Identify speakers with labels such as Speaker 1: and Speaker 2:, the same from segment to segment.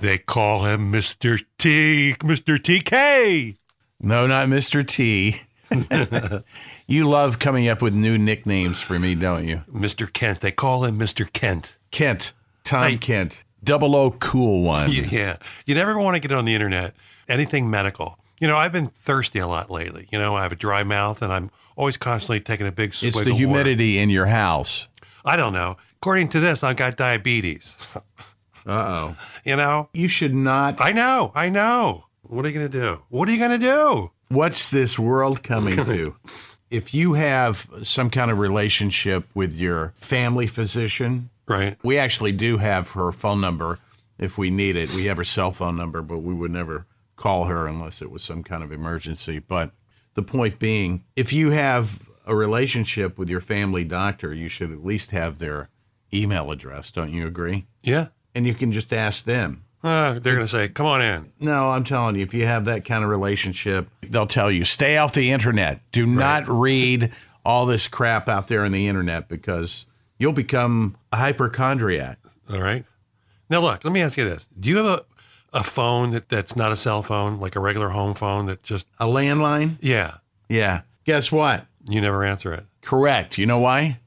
Speaker 1: They call him Mr. T, Mr. TK.
Speaker 2: No, not Mr. T. you love coming up with new nicknames for me, don't you?
Speaker 1: Mr. Kent. They call him Mr. Kent.
Speaker 2: Kent, Tom
Speaker 1: I-
Speaker 2: Kent, double O cool one.
Speaker 1: Yeah, yeah. You never want to get on the internet anything medical. You know, I've been thirsty a lot lately. You know, I have a dry mouth and I'm always constantly taking a big swig
Speaker 2: it's
Speaker 1: of
Speaker 2: the
Speaker 1: water.
Speaker 2: humidity in your house.
Speaker 1: I don't know. According to this, I've got diabetes.
Speaker 2: Uh oh.
Speaker 1: You know,
Speaker 2: You should not.
Speaker 1: I know, I know. What are you going to do? What are you going to do?
Speaker 2: What's this world coming to? If you have some kind of relationship with your family physician,
Speaker 1: Right.
Speaker 2: we actually do have her phone number if we need it. We have her cell phone number, but we would never call her unless it was some kind of emergency. But the point being, if you have a relationship with your family doctor, you should at least have their email address, don't you agree?
Speaker 1: Yeah.
Speaker 2: And you can just ask them.
Speaker 1: Uh, they're going to say, come on in.
Speaker 2: No, I'm telling you, if you have that kind of relationship, they'll tell you stay off the internet. Do not read all this crap out there on the internet because you'll become a hypochondriac.
Speaker 1: All right. Now, look, let me ask you this Do you have a, a phone that, that's not a cell phone, like a regular home phone that just,
Speaker 2: A landline?
Speaker 1: yeah,
Speaker 2: Yeah. Guess what?
Speaker 1: you never answer it?
Speaker 2: Correct. You know why?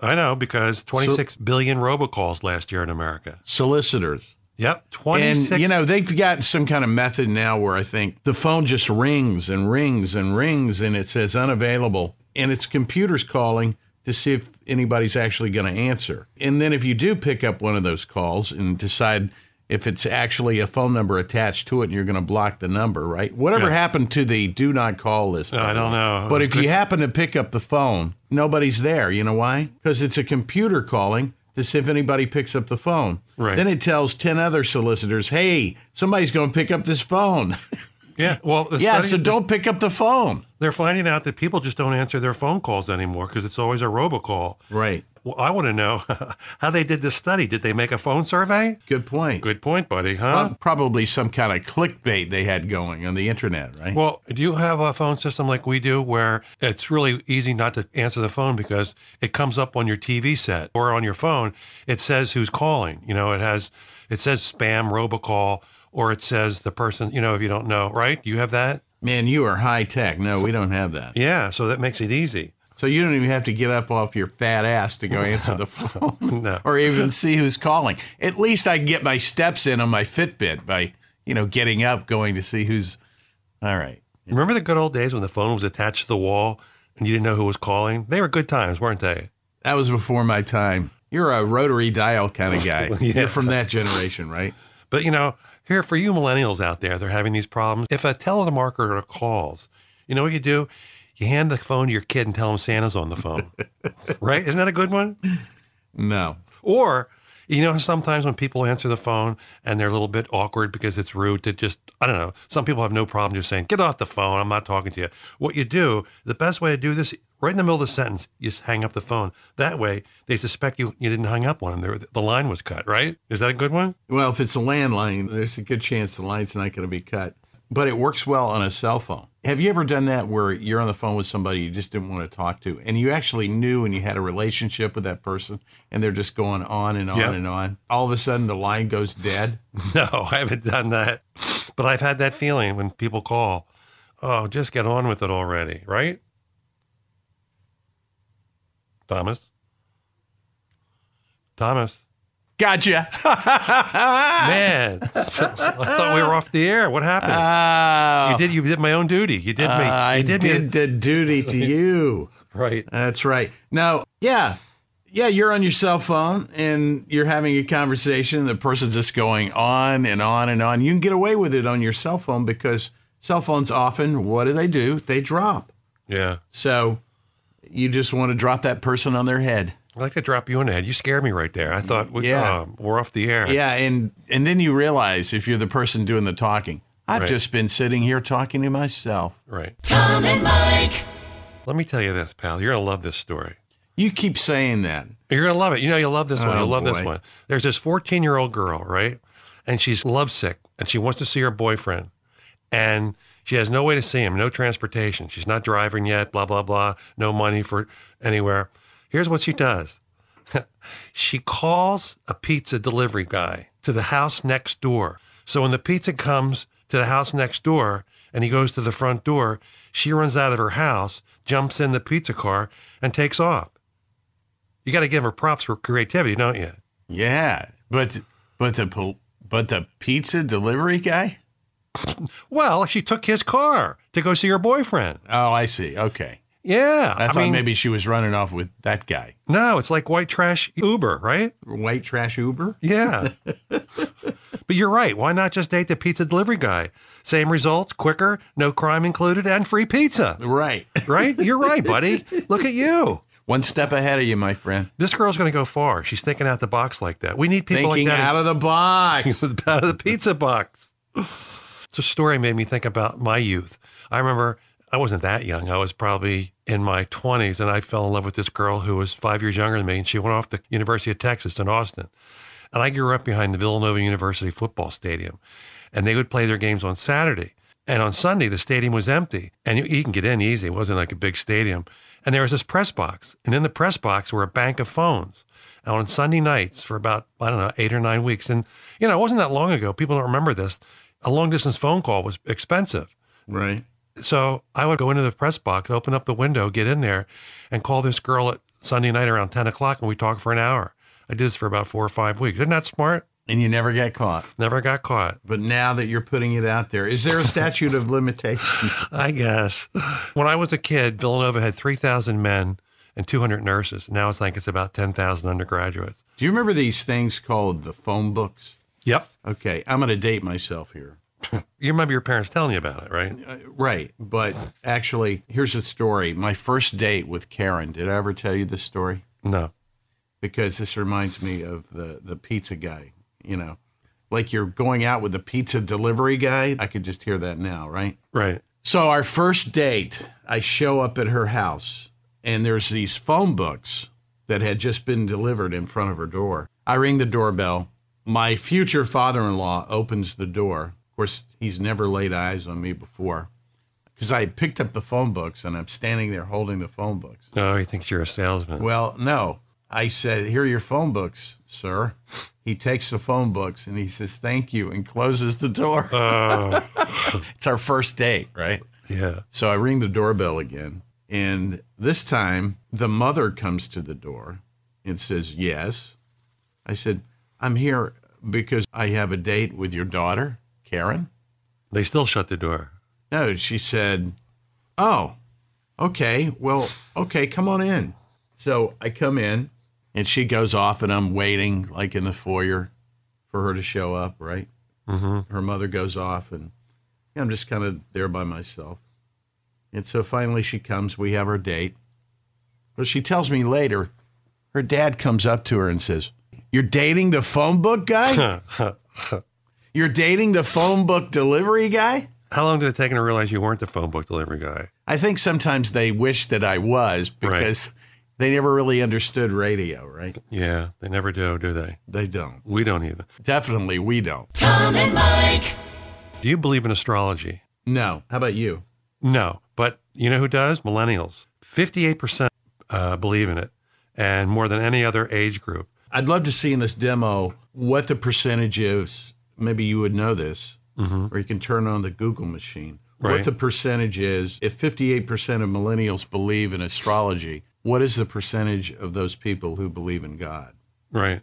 Speaker 1: I know because twenty six billion robocalls last year in America.
Speaker 2: Solicitors.
Speaker 1: Yep, twenty
Speaker 2: And,
Speaker 1: six.
Speaker 2: you know, they've got some kind of method now where I think the phone just rings and rings and rings and it says unavailable. And it's computers calling to see if anybody's actually going to answer. And then if you do pick up one of those calls and decide if it's actually a phone number attached to it and you're going to block the number, right? Whatever happened to the do not call list? by
Speaker 1: I
Speaker 2: the
Speaker 1: don't
Speaker 2: way?
Speaker 1: know.
Speaker 2: But if you happen to pick up the phone, nobody's there. You know why? Because it's a computer calling to see if anybody picks up the phone.
Speaker 1: Right.
Speaker 2: Then it tells 10 other solicitors, hey, somebody's going to pick up this phone.
Speaker 1: yeah, well, the
Speaker 2: yeah,
Speaker 1: study-
Speaker 2: so don't pick up the phone.
Speaker 1: They're finding out that people just don't answer their phone calls anymore because it's always a robocall.
Speaker 2: Right.
Speaker 1: Well, I want to know how they did this study. Did they make a phone survey?
Speaker 2: Good point.
Speaker 1: Good point, buddy. Huh?
Speaker 2: Uh, Probably some kind of clickbait they had going on the internet, right?
Speaker 1: well, do you have a phone system like we do where it's really easy not to answer the phone because it comes up on your TV set or on your phone? It says who's calling. You know, it has it says spam robocall or it says the person. You know, if you don't know, right? Do you have that?
Speaker 2: Man, you are high tech. No, we don't have that.
Speaker 1: Yeah, so that makes it easy.
Speaker 2: So you don't even have to get up off your fat ass to go answer the phone
Speaker 1: No.
Speaker 2: or even see who's calling. At least I can get my steps in on my Fitbit by, you know, getting up, going to see who's. All right.
Speaker 1: Remember the good old days when the phone was attached to the wall and you didn't know who was calling? They were good times, weren't they?
Speaker 2: That was before my time. You're a rotary dial kind of guy. You're from that generation, right?
Speaker 1: But you know, here for you millennials out there, they're having these problems. If a telemarketer calls, you know what you do? You hand the phone to your kid and tell him Santa's on the phone. right? Isn't that a good one?
Speaker 2: No.
Speaker 1: Or, you know, sometimes when people answer the phone and they're a little bit awkward because it's rude to just, I don't know, some people have no problem just saying, get off the phone. I'm not talking to you. What you do, the best way to do this, right in the middle of the sentence, you just hang up the phone. That way, they suspect you, you didn't hang up on them. There- The line was cut, right? Is that a good one?
Speaker 2: Well, if it's a landline, there's a good chance the line's not going to be cut. But it works well on a cell phone. Have you ever done that where you're on the phone with somebody you just didn't want to talk to and you actually knew and you had a relationship with that person and they're just going on and on
Speaker 1: Yep.
Speaker 2: and on? All of a sudden the line goes dead.
Speaker 1: No, I haven't done that. But I've had that feeling when people call, oh, just get on with it already, right? Thomas? Thomas?
Speaker 2: Gotcha.
Speaker 1: Man, so- I thought we were off the air. What happened?
Speaker 2: Oh,
Speaker 1: you did. You did my own duty. You did me. You
Speaker 2: Uh, I
Speaker 1: did,
Speaker 2: did,
Speaker 1: me.
Speaker 2: the duty to you.
Speaker 1: Right.
Speaker 2: That's right. Now, yeah, yeah, you're on your cell phone and you're having a conversation. The person's just going on and on and on. You can get away with it on your cell phone because cell phones often, what do they do? They drop.
Speaker 1: Yeah.
Speaker 2: So you just want to drop that person on their head.
Speaker 1: I like to drop you in the head. You scared me right there. I thought we,
Speaker 2: Yeah.
Speaker 1: um, we're off the air.
Speaker 2: Yeah, and and then you realize if you're the person doing the talking, I've
Speaker 1: Right.
Speaker 2: just been sitting here talking to myself.
Speaker 1: Right.
Speaker 3: Tom and Mike.
Speaker 1: Let me tell you this, pal. You're gonna love this story.
Speaker 2: You keep saying that.
Speaker 1: You're gonna love it. You know, you'll love this one.
Speaker 2: Oh,
Speaker 1: You'll love this
Speaker 2: boy.
Speaker 1: one. There's this 14 year old girl, right? And she's lovesick, and she wants to see her boyfriend, and she has no way to see him, no transportation. She's not driving yet. Blah blah blah. No money for anywhere. Here's what she does. she calls a pizza delivery guy to the house next door So when the pizza comes to the house next door and he goes to the front door, she runs out of her house, jumps in the pizza car, and takes off. You got to give her props for creativity, don't you?
Speaker 2: Yeah, but but the pol- but the pizza delivery guy.
Speaker 1: Well, she took his car to go see her boyfriend.
Speaker 2: Oh, I see. Okay,
Speaker 1: Yeah.
Speaker 2: I, thought maybe she was running off with that guy.
Speaker 1: no, it's like white trash Uber, right?
Speaker 2: White trash Uber.
Speaker 1: Yeah. but you're right. Why not just date the pizza delivery guy? Same results, quicker, no crime included, and free pizza.
Speaker 2: Right,
Speaker 1: Right? You're right, buddy. Look at you.
Speaker 2: one step ahead of you, my friend.
Speaker 1: This girl's going to go far. She's thinking out the box like that. We need people
Speaker 2: Thinking
Speaker 1: like that.
Speaker 2: out of the box.
Speaker 1: with out of the pizza box. It's a story made me think about my youth. I remember I wasn't that young. I was probably in my 20s, and I fell in love with this girl who was five years younger than me, and she went off to University of Texas in Austin. And I grew up behind the Villanova University football stadium, and they would play their games on Saturday. And on Sunday, the stadium was empty, and you, you can get in easy. It wasn't like a big stadium. And there was this press box, and in the press box were a bank of phones. And on Sunday nights for about, I don't know, eight or nine weeks, and you know, it wasn't that long ago. People don't remember this. A long distance phone call was expensive.
Speaker 2: Right.
Speaker 1: So I would go into the press box, open up the window, get in there, and call this girl at Sunday night around 10 o'clock, and we talked for an hour. I did this for about four or five weeks. Isn't that smart?
Speaker 2: And you never get caught.
Speaker 1: Never got caught.
Speaker 2: But now that you're putting it out there, is there a statute of limitation?
Speaker 1: I guess. When I was a kid, Villanova had 3,000 men and 200 nurses. Now it's like it's about 10,000 undergraduates.
Speaker 2: Do you remember these things called the phone books?
Speaker 1: Yep.
Speaker 2: Okay, I'm going to date myself here.
Speaker 1: You remember your parents telling you about it, right?
Speaker 2: Uh, right, but actually, here's a story. My first date with Karen. Did I ever tell you this story?
Speaker 1: No.
Speaker 2: Because this reminds me of the the pizza guy. You know, like you're going out with the pizza delivery guy. I could just hear that now, right?
Speaker 1: Right.
Speaker 2: So our first date, I show up at her house, and there's these phone books that had just been delivered in front of her door. I ring the doorbell. My future father-in-law opens the door. Of course, he's never laid eyes on me before, because I had picked up the phone books and I'm standing there holding the phone books.
Speaker 1: Oh, he thinks you're a salesman.
Speaker 2: Well, no. I said, Here are your phone books, sir. He takes the phone books and he says, Thank you, and closes the door.
Speaker 1: Oh,
Speaker 2: It's our first date, right?
Speaker 1: yeah.
Speaker 2: So I ring the doorbell again. And this time the mother comes to the door and says, Yes. I said, I'm here because I have a date with your daughter, Karen.
Speaker 1: They still shut the door.
Speaker 2: No, she said, Oh, okay. Well, okay, come on in. So I come in and she goes off, and I'm waiting like in the foyer for her to show up, right?
Speaker 1: hmm
Speaker 2: her mother goes off and I'm just kind of there by myself. And so finally she comes, we have our date. But she tells me later, her dad comes up to her and says, You're dating the phone book guy?
Speaker 1: How
Speaker 2: You're dating the phone book delivery guy?
Speaker 1: long did it take him to realize you weren't the phone book delivery guy?
Speaker 2: I think sometimes they wish that I was because they never really understood radio, right?
Speaker 1: Yeah, they never do, do they?
Speaker 2: They don't.
Speaker 1: We don't either.
Speaker 2: Definitely we don't.
Speaker 3: Tom and Mike.
Speaker 1: Do you believe in astrology?
Speaker 2: No. How about you?
Speaker 1: No, but you know who does? Millennials. 58% uh, believe in it, and more than any other age group.
Speaker 2: I'd love to see in this demo what the percentage is. Maybe you would know this,
Speaker 1: Mm-hmm.
Speaker 2: or you can turn on the Google machine.
Speaker 1: Right.
Speaker 2: What the percentage is. If 58% of millennials believe in astrology, what is the percentage of those people who believe in God?
Speaker 1: Right.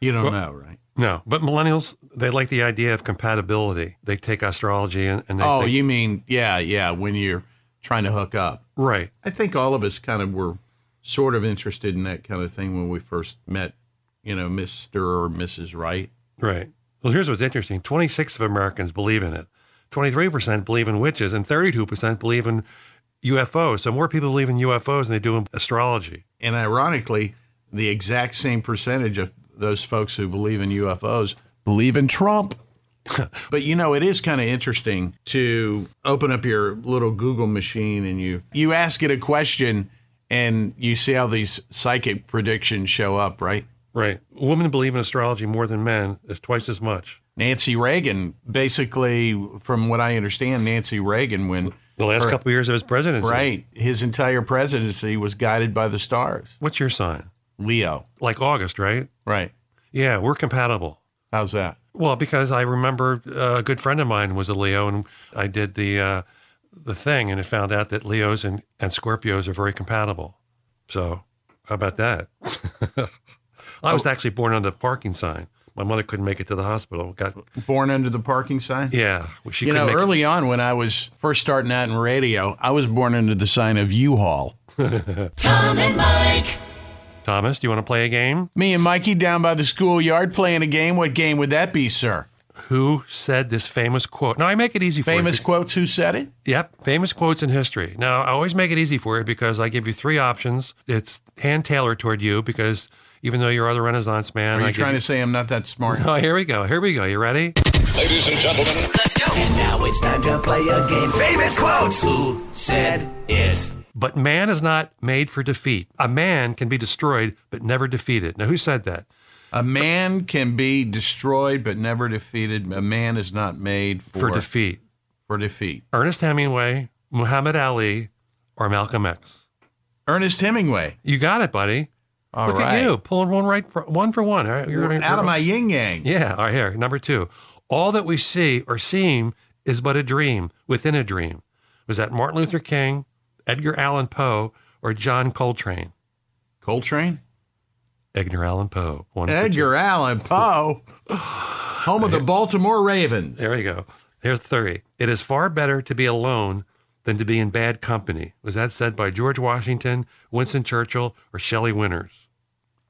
Speaker 2: You don't
Speaker 1: Well-
Speaker 2: know, right?
Speaker 1: No, but millennials, they like the idea of compatibility. They take astrology and, and they
Speaker 2: Oh,
Speaker 1: think-
Speaker 2: you mean, yeah, yeah, when you're trying to hook up.
Speaker 1: right.
Speaker 2: I think all of us kind of were sort of interested in that kind of thing when we first met, you know, Mr. or Mrs. Wright.
Speaker 1: Right. Well, here's what's interesting 26 of Americans believe in it, 23% believe in witches, and 32% believe in UFOs. So more people believe in UFOs than they do in astrology.
Speaker 2: And ironically, the exact same percentage of those folks who believe in UFOs believe in Trump. but you know, it is kind of interesting to open up your little Google machine and you you ask it a question and you see how these psychic predictions show up, right?
Speaker 1: Right. Women believe in astrology more than men, is twice as much.
Speaker 2: Nancy Reagan, basically, from what I understand, Nancy Reagan, when
Speaker 1: The last
Speaker 2: Correct.
Speaker 1: couple of years of his presidency.
Speaker 2: right, his entire presidency was guided by the stars.
Speaker 1: What's your sign?
Speaker 2: Leo,
Speaker 1: Like August, right?
Speaker 2: right?
Speaker 1: Yeah, we're compatible.
Speaker 2: How's that?
Speaker 1: Well, because I remember uh, a good friend of mine was a Leo, and I did the uh, the thing, and it found out that Leos and, and Scorpios are very compatible. So, how about that? I
Speaker 2: Oh.
Speaker 1: was actually born on the parking sign. My mother couldn't make it to the hospital. Got
Speaker 2: Born under the parking sign?
Speaker 1: yeah, well, she
Speaker 2: You
Speaker 1: couldn't
Speaker 2: know,
Speaker 1: make it.
Speaker 2: early on when I was first starting out in radio, I was born under the sign of U-Haul.
Speaker 3: Tom and Mike.
Speaker 1: Thomas, do you want to play a game?
Speaker 2: Me and Mikey down by the schoolyard playing a game. What game would that be, sir?
Speaker 1: Who said this famous quote? Now I make it easy for you.
Speaker 2: Famous quotes, who said it?
Speaker 1: Yep, famous quotes in history. Now, I always make it easy for you because I give you three options. It's hand tailored toward you because even though you're the Renaissance man,
Speaker 2: Are
Speaker 1: I
Speaker 2: you
Speaker 1: give
Speaker 2: trying to say I'm not that smart?
Speaker 1: Oh, here we go. Here we go. You ready?
Speaker 4: Ladies and gentlemen,
Speaker 5: And now it's time to play a game. Famous quotes. Who said it?
Speaker 1: But man is not made for defeat. A man can be destroyed but never defeated. Now, who said that?
Speaker 2: A man can be destroyed but never defeated. A man is not made for,
Speaker 1: For defeat,
Speaker 2: for defeat.
Speaker 1: Ernest Hemingway, Muhammad Ali, or Malcolm X?
Speaker 2: Ernest Hemingway.
Speaker 1: You got it, buddy.
Speaker 2: All right,
Speaker 1: Look at you pulling one right, for, one for one. All right, you're-
Speaker 2: out
Speaker 1: you're-
Speaker 2: of my yin yang.
Speaker 1: Yeah, all right, here. Number two. All that we see or seem is but a dream within a dream. Was that Martin Luther King, Edgar Allan Poe, or John Coltrane?
Speaker 2: Coltrane.
Speaker 1: Edgar Allan Poe. One for two.
Speaker 2: Edgar Allan Poe, home of the Baltimore Ravens.
Speaker 1: There you go. Here's three. It is far better to be alone than to be in bad company. Was that said by George Washington, Winston Churchill, or Shelley Winters?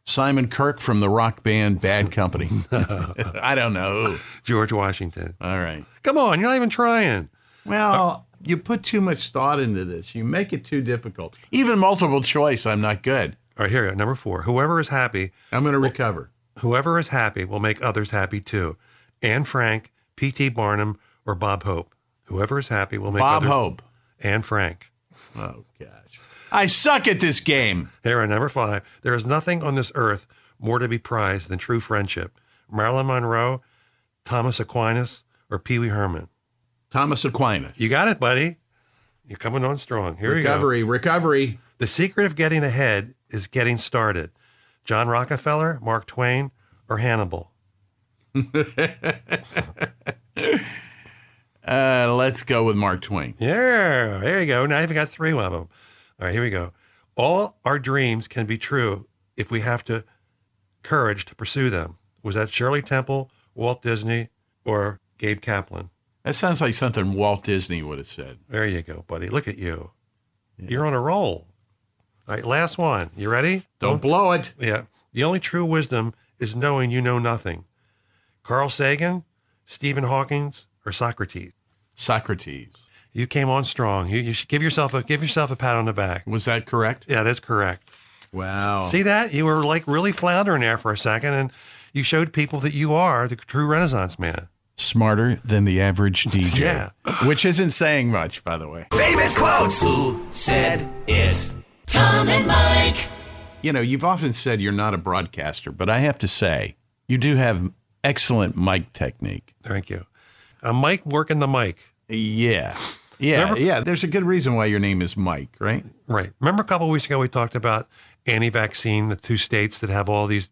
Speaker 2: Simon Kirk from the rock band Bad Company. I don't know.
Speaker 1: George Washington.
Speaker 2: All right.
Speaker 1: Come on, you're not even trying. Uh,
Speaker 2: Well, you put too much thought into this. You make it too difficult. Even multiple choice, I'm not good.
Speaker 1: All right, here you go. Number four. Whoever is happy
Speaker 2: I'm going to recover.
Speaker 1: Whoever is happy will make others happy too. Anne Frank, P.T. Barnum, or Bob Hope. Whoever is happy will make
Speaker 2: Bob
Speaker 1: others.
Speaker 2: Hope.
Speaker 1: Anne Frank.
Speaker 2: Oh gosh. I suck at this game.
Speaker 1: Here are number five. There is nothing on this earth more to be prized than true friendship. Marilyn Monroe, Thomas Aquinas, or Pee Wee Herman.
Speaker 2: Thomas Aquinas.
Speaker 1: You got it, buddy. You're coming on strong. Here you go.
Speaker 2: recovery, recovery.
Speaker 1: The secret of getting ahead is getting started. John Rockefeller, Mark Twain, or Hannibal.
Speaker 2: Uh, let's go with Mark Twain.
Speaker 1: Yeah, there you go. Now you've got three of them. All right, here we go. All our dreams can be true if we have to courage to pursue them. Was that Shirley Temple, Walt Disney, or Gabe Kaplan?
Speaker 2: That sounds like something Walt Disney would have said.
Speaker 1: There you go, buddy. Look at you. You're on a roll. All right, last one. You ready?
Speaker 2: Don't blow it.
Speaker 1: Yeah. The only true wisdom is knowing you know nothing. Carl Sagan, Stephen Hawking, or Socrates?
Speaker 2: Socrates.
Speaker 1: You came on strong. You, you should give yourself a give yourself a pat on the back.
Speaker 2: Was that correct?
Speaker 1: Yeah, that's correct.
Speaker 2: Wow.
Speaker 1: See that? You were like really floundering there for a second, and you showed people that you are the true Renaissance man.
Speaker 2: Smarter than the average
Speaker 1: Yeah.
Speaker 2: DJ. Which isn't saying much, by the way.
Speaker 5: Famous quotes. Who said it?
Speaker 3: Tom and Mike.
Speaker 2: You know, you've often said you're not a broadcaster, but I have to say, you do have excellent mic technique.
Speaker 1: Thank you. A mic working the mic.
Speaker 2: Yeah. Yeah.
Speaker 1: Remember-
Speaker 2: yeah. There's a good reason why your name is Mike, right?
Speaker 1: Right. Remember a couple weeks ago we talked about anti-vaccine, the two states that have all these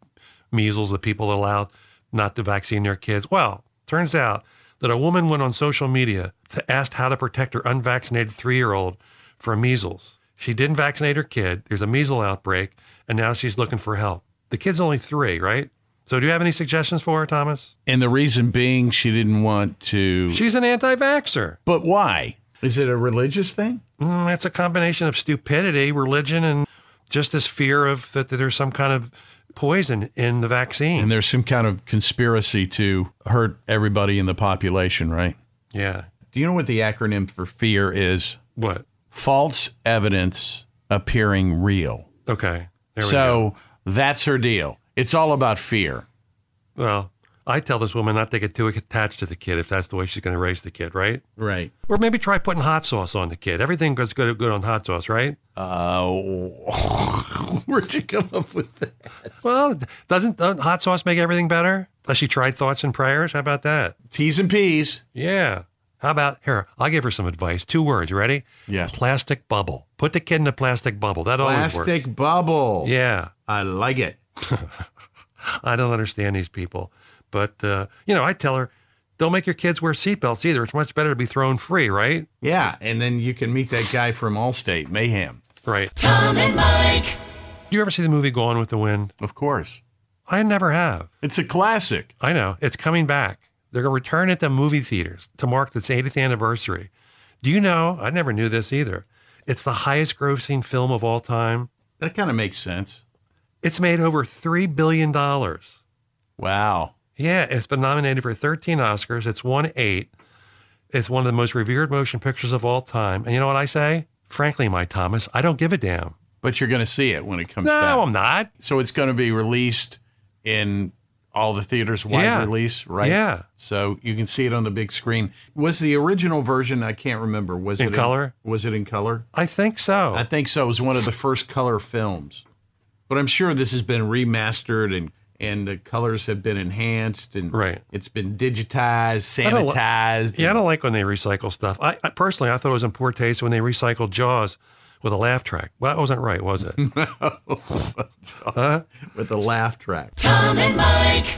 Speaker 1: measles that people allow not to vaccine their kids. Well, turns out that a woman went on social media to ask how to protect her unvaccinated three-year-old from measles. She didn't vaccinate her kid. There's a measles outbreak, and now she's looking for help. The kid's only three, right? So do you have any suggestions for her, Thomas?
Speaker 2: And the reason being she didn't want to.
Speaker 1: She's an anti-vaxxer.
Speaker 2: but why? Is it a religious thing?
Speaker 1: Mm, it's a combination of stupidity, religion, and just this fear of that, that there's some kind of poison in the vaccine.
Speaker 2: And there's some kind of conspiracy to hurt everybody in the population, right?
Speaker 1: yeah.
Speaker 2: Do you know what the acronym for fear is?
Speaker 1: What?
Speaker 2: False evidence appearing real.
Speaker 1: Okay. There we
Speaker 2: So that's her deal. It's all about fear.
Speaker 1: go. Well, I tell this woman not to get too attached to the kid if that's the way she's going to raise the kid, right?
Speaker 2: Right.
Speaker 1: Or maybe try putting hot sauce on the kid. Everything goes good, good on hot sauce, right?
Speaker 2: Uh, where'd you come up with that?
Speaker 1: Well, doesn't uh, hot sauce make everything better? Unless she tried thoughts and prayers. How about that?
Speaker 2: T's and P's.
Speaker 1: Yeah. How about here? I'll give her some advice. Two words. You ready?
Speaker 2: Yes.
Speaker 1: Plastic bubble. Put the kid in a plastic bubble. That always works.
Speaker 2: Plastic bubble.
Speaker 1: Yeah.
Speaker 2: I like it.
Speaker 1: I don't understand these people. But uh, you know, I tell her, don't make your kids wear seatbelts either. It's much better to be thrown free, right?
Speaker 2: Yeah, and then you can meet that guy from Allstate, Mayhem,
Speaker 1: Right.
Speaker 3: Tom and Mike.
Speaker 1: Do you ever see the movie Gone with the Wind?
Speaker 2: of course.
Speaker 1: I never have.
Speaker 2: It's a classic.
Speaker 1: I know it's coming back. They're going to return it to movie theaters to mark its 80th anniversary. Do you know? I never knew this either. It's the highest grossing film of all time.
Speaker 2: That kind of makes sense.
Speaker 1: It's made over three billion dollars.
Speaker 2: Wow.
Speaker 1: Yeah, it's been nominated for 13 Oscars. It's won eight. It's one of the most revered motion pictures of all time. And you know what I say? Frankly, my Thomas, I don't give a damn.
Speaker 2: But you're going to see it when it comes
Speaker 1: No,
Speaker 2: back.
Speaker 1: I'm not.
Speaker 2: So it's going to be released in all the theaters, wide
Speaker 1: Yeah.
Speaker 2: release, right?
Speaker 1: Yeah.
Speaker 2: So you can see it on the big screen. Was the original version? I can't remember. Was
Speaker 1: In
Speaker 2: it
Speaker 1: color?
Speaker 2: was it in color?
Speaker 1: I think so.
Speaker 2: I think so. It was one of the first color films, but I'm sure this has been remastered and and the colors have been enhanced and
Speaker 1: Right.
Speaker 2: it's been digitized,
Speaker 1: don't li-
Speaker 2: sanitized.
Speaker 1: yeah, I
Speaker 2: and-
Speaker 1: don't like when they recycle stuff. I, I personally, I thought it was in poor taste when they recycled Jaws with a laugh track. Well, that wasn't right, was it?
Speaker 2: with the laugh track.
Speaker 3: Tom and Mike.